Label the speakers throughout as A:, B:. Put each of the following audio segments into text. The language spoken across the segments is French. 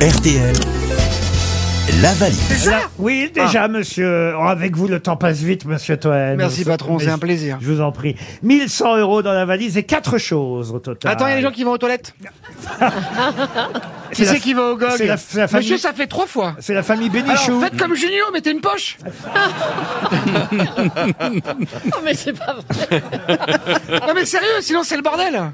A: RTL, la valise.
B: Là- oui, déjà, monsieur. oh, avec vous, le temps passe vite, monsieur Toen.
C: Ah. Merci,
B: Vous-
C: patron,
B: mais
C: c'est un
B: je-
C: plaisir.
B: Je vous en prie. 1100 euros dans la valise et quatre choses au total.
C: Attends, il y a des gens qui vont aux toilettes. qui
B: la-
C: c'est qui va au gog
B: c'est la- c'est la famille-
C: Monsieur, ça fait trois fois.
B: C'est la famille
C: Alors,
B: Bénichou.
C: faites comme Junio, mettez une poche.
D: Non, mais c'est pas vrai.
C: Non mais sérieux, sinon c'est le bordel.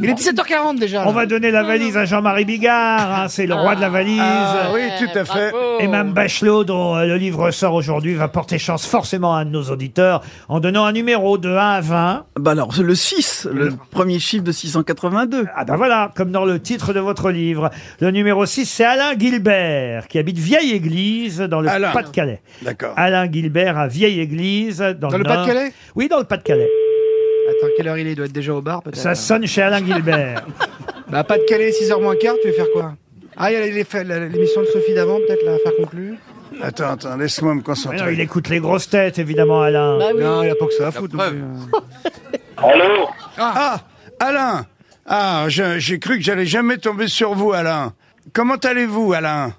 C: Il est 17h40 déjà. là.
B: On va donner la valise à Jean-Marie Bigard. hein, c'est le roi de la valise.
C: Ah,
E: oui, tout à fait.
B: Et Mme Bachelot, dont euh, le livre sort aujourd'hui, va porter chance forcément à un de nos auditeurs en donnant un numéro de 1 à 20.
E: Bah alors, le 6, le premier chiffre de 682.
B: Ah ben voilà, comme dans le titre de votre livre. Le numéro 6, c'est Alain Gilbert, qui habite Vieille-Église dans le
E: Alain.
B: Pas-de-Calais.
E: D'accord.
B: Alain Gilbert à Vieille-Église dans,
C: Dans le
B: Nord.
C: Pas-de-Calais
B: Oui, dans le Pas-de-Calais.
C: Attends, quelle heure il est Il doit être déjà au bar peut-être.
B: Ça sonne chez Alain Gilbert.
C: Bah pas de Calais, 6h moins quart, tu veux faire quoi Ah, il y a les- les- la- l'émission de Sophie d'avant peut-être la faire conclure.
E: Attends, attends, laisse-moi me
B: Mais non,
E: concentrer.
B: il écoute les grosses têtes, évidemment, Alain.
D: Bah oui.
C: Non, il n'y a pas que ça à foutre. non
F: preuve.
C: plus.
E: Ah, Alain Ah, je- j'ai cru que j'allais jamais tomber sur vous, Alain. Comment allez-vous, Alain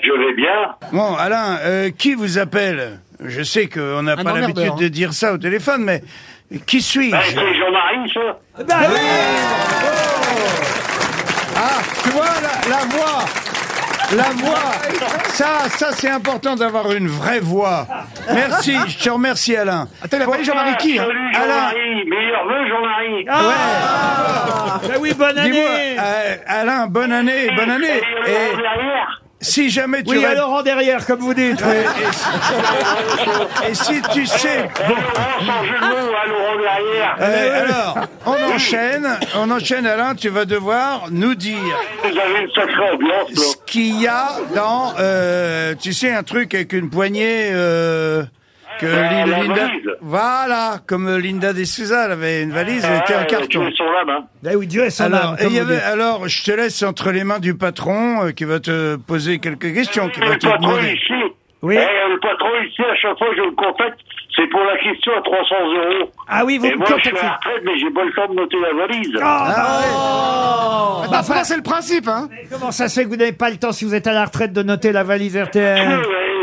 G: Je vais bien.
E: Bon, Alain, euh, qui vous appelle Je sais qu'on n'a
C: Un
E: pas
C: emmerdeur,
E: l'habitude
C: hein.
E: de dire ça au téléphone, mais qui
G: Ah, c'est
E: suis-je
G: Jean-Marie, ça
B: Bah oui
E: Ah, tu vois, la, la voix la voix, ça, ça c'est important d'avoir une vraie voix. Merci, je te remercie Alain.
C: Attends, il a pas dit Jean-Marie qui hein
G: Salut
E: Alain. Ah,
G: Jean-Marie, meilleur vœu Jean-Marie.
B: Ah Bah oui, bonne
E: Dis-moi,
B: année
E: euh, Alain, bonne année, bonne année.
G: Et
E: Et
G: Laurent derrière.
E: si jamais tu
B: Oui,
E: rêves-
B: alors en derrière, comme vous dites.
E: Et, et- et si tu sais,
G: Et Laurent, sans jeu de mots, hein, Laurent derrière.
E: Euh, alors on enchaîne, on enchaîne Alain. Tu vas devoir nous dire
G: Vous avez une sacrée ambiance, là.
E: ce qu'il y a dans, euh, tu sais, un truc avec une poignée. euh, que
G: Ah,
E: Lin-
G: la
E: Linda,
G: valise.
E: voilà, comme Linda de Souza, elle avait une valise, elle était
G: Ah,
E: en carton.
G: Tu es sur la main.
B: Bah oui, Dieu est son
E: Alors,
B: âme,
E: et
B: comme
E: il y
B: vous
E: avait,
B: dites.
E: alors, je te laisse entre les mains du patron euh, qui va te poser quelques questions, qui va
G: Le
E: te
G: patron
E: demander.
G: ici.
B: Oui.
G: Eh, le patron ici, à chaque fois que je le contacte, c'est pour la question à 300 euros.
B: Ah oui, vous
G: Et
B: me
G: moi, je
B: contactez.
G: suis à la retraite, mais j'ai pas le temps de noter la valise.
B: Ah,
C: Bah, enfin, c'est le principe, hein
B: bah, Comment ça se fait que vous n'avez pas le temps, si vous êtes à la retraite, de noter la valise RTL
G: Euh,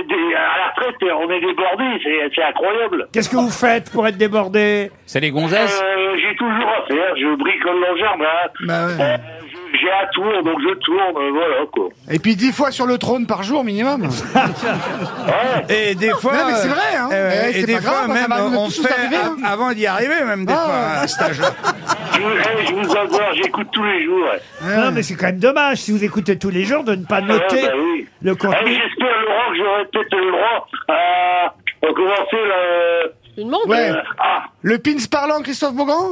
G: des- À la retraite, on est débordé, c'est- c'est incroyable.
B: Qu'est-ce que vous faites pour être débordé
H: C'est les gonzesses
G: Euh, j'ai toujours à faire, je bricole dans le jardin.
C: Bah ouais.
G: Euh, je- J'ai à tour, donc je tourne, euh, voilà quoi.
C: Et puis 10 fois sur le trône par jour minimum.
E: Et des fois,
C: Non, mais c'est vrai, hein.
E: euh,
C: Eh,
E: et
C: c'est
E: des
C: pas
E: fois
C: grave, ça
E: même,
C: va nous
E: on
C: tous
E: fait
C: arriver, hein.
E: a- avant d'y arriver même des
C: Ah.
E: fois à cet âge-là.
G: Je, vous- eh, je vous adore, j'écoute tous les jours. ouais.
B: Non, mais c'est quand même dommage, si vous écoutez tous les jours, de ne pas noter
G: Ah, bah oui.
B: le
G: Eh,
B: contenu.
G: J'espère, Laurent, que j'aurai peut-être le droit à, à commencer le.
D: Une montre hein.
C: Ouais.
G: euh, ah,
C: Le pins parlant, Christophe Beaugrand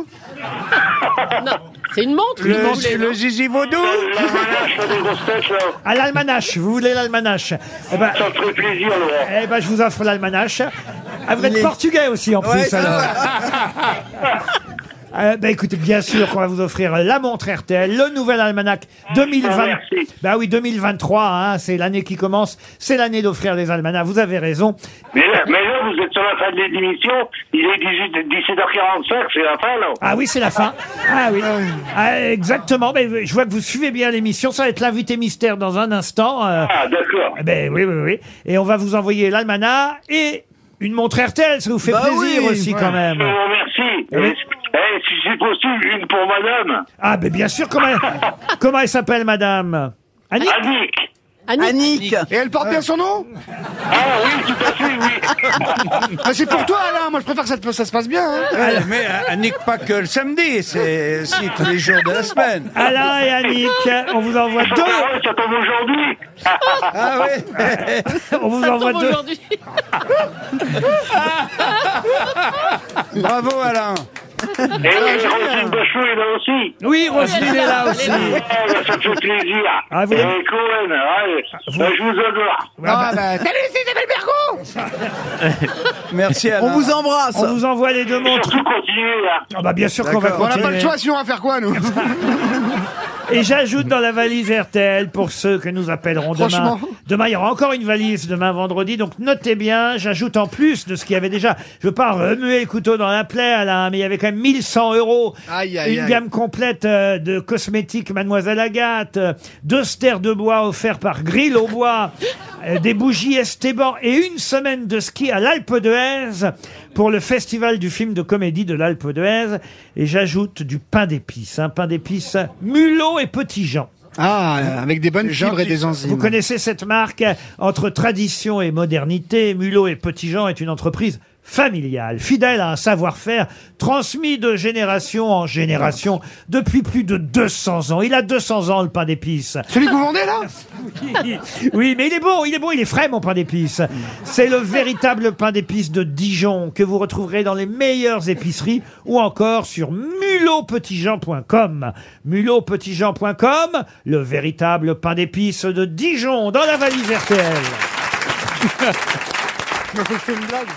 D: Non, c'est une montre.
E: Le,
D: une montre.
E: le zizi vaudou
G: la manage, là, des grosses têtes, là.
B: À l'almanach, vous voulez l'almanach Eh ben,
G: Ça me ferait plaisir, Laurent.
B: eh ben, je vous offre l'almanach. Ah, vous êtes portugais aussi, en plus, alors. Euh, bah, écoutez, bien sûr qu'on va vous offrir la montre RTL, le nouvel almanach 2020.
G: merci.
B: Bah oui, 2023, hein, c'est l'année qui commence, c'est l'année d'offrir les almanachs, vous avez raison.
G: Mais là, mais là, vous êtes sur la fin de l'émission, il est 18, 17h45, c'est la fin, là.
B: Ah oui, c'est la fin. Ah oui. Ah, exactement. Mais je vois que vous suivez bien l'émission. Ça va être l'invité mystère dans un instant. Euh,
G: Ah, d'accord.
B: eh ben oui, oui, oui. Et on va vous envoyer l'almanach et une montre RTL. Ça vous fait
E: Bah
B: plaisir
E: oui,
B: aussi
E: ouais.
B: quand
G: Je
B: même.
G: vous remercie.
B: Oui.
G: Eh, eh, si c'est possible, une pour madame.
B: Ah ben bien sûr. Comment elle, comment elle s'appelle, madame Annie
G: Annick.
D: Annie,
E: Annick
C: Et elle porte bien son nom
G: Ah oui, tout à fait, oui.
C: Bah, C'est pour toi, Alain. Moi, je préfère que ça, te- ça se passe bien. Hein.
E: Ouais, Mais euh, nique pas que le samedi, c'est aussi tous les jours de la semaine.
B: Alain et Annick. On vous envoie
G: Ah
B: deux.
G: ouais, ça tombe aujourd'hui.
E: Ah ouais
B: On vous
D: ça
B: envoie
D: tombe
B: deux.
D: aujourd'hui.
E: Bravo Alain
G: Et
B: Ah,
G: Rosine Bachelot est là aussi.
B: Oui, Roselyne est là aussi.
G: Ah, bah, ça me fait plaisir.
B: Ah, vous- Ah,
G: Et Cohen, allez, bah, je vous adore.
C: Ah, bah, salut, c'est Isabelle Bergo
E: Merci Alain.
B: embrasse. On vous envoie les deux montres.
G: Surtout continuez, là.
B: Ah bah bien sûr qu'on va
E: D'accord.
C: On n'a
B: continuer.
C: pas le choix, sinon on va faire quoi, nous
B: Et j'ajoute dans la valise RTL pour ceux que nous appellerons demain.
C: Franchement.
B: Demain, il y aura encore une valise demain vendredi. Donc notez bien, j'ajoute en plus de ce qu'il y avait déjà. Je veux pas remuer le couteau dans la plaie, Alain, mais il y avait quand même même 1100 euros.
C: Aïe, aïe,
B: Une
C: aïe.
B: gamme complète euh, de cosmétiques Mademoiselle Agathe, euh, deux stères de bois offerts par Grill au bois, euh, des bougies Esteban et une semaine de ski à l'Alpe d'Huez pour le festival du film de comédie de l'Alpe d'Huez. Et j'ajoute du pain d'épices, un pain d'épices mulot et petit Jean.
C: Ah, euh, avec des bonnes
E: Gentil.
C: fibres et des enzymes.
B: Vous connaissez cette marque euh, entre tradition et modernité. Mulot et Petit Jean est une entreprise familiale, fidèle à un savoir-faire transmis de génération en génération depuis plus de 200 ans. Il a 200 ans le pain d'épices.
C: Celui que vous vendez là
B: Oui, mais il est bon, il est bon, il est frais mon pain d'épices. C'est le véritable pain d'épices de Dijon que vous retrouverez dans les meilleures épiceries ou encore sur mulopetitjean.com. Mulopetitjean.com, le véritable pain d'épices de Dijon dans la valise RTL.
C: Je fais une blague.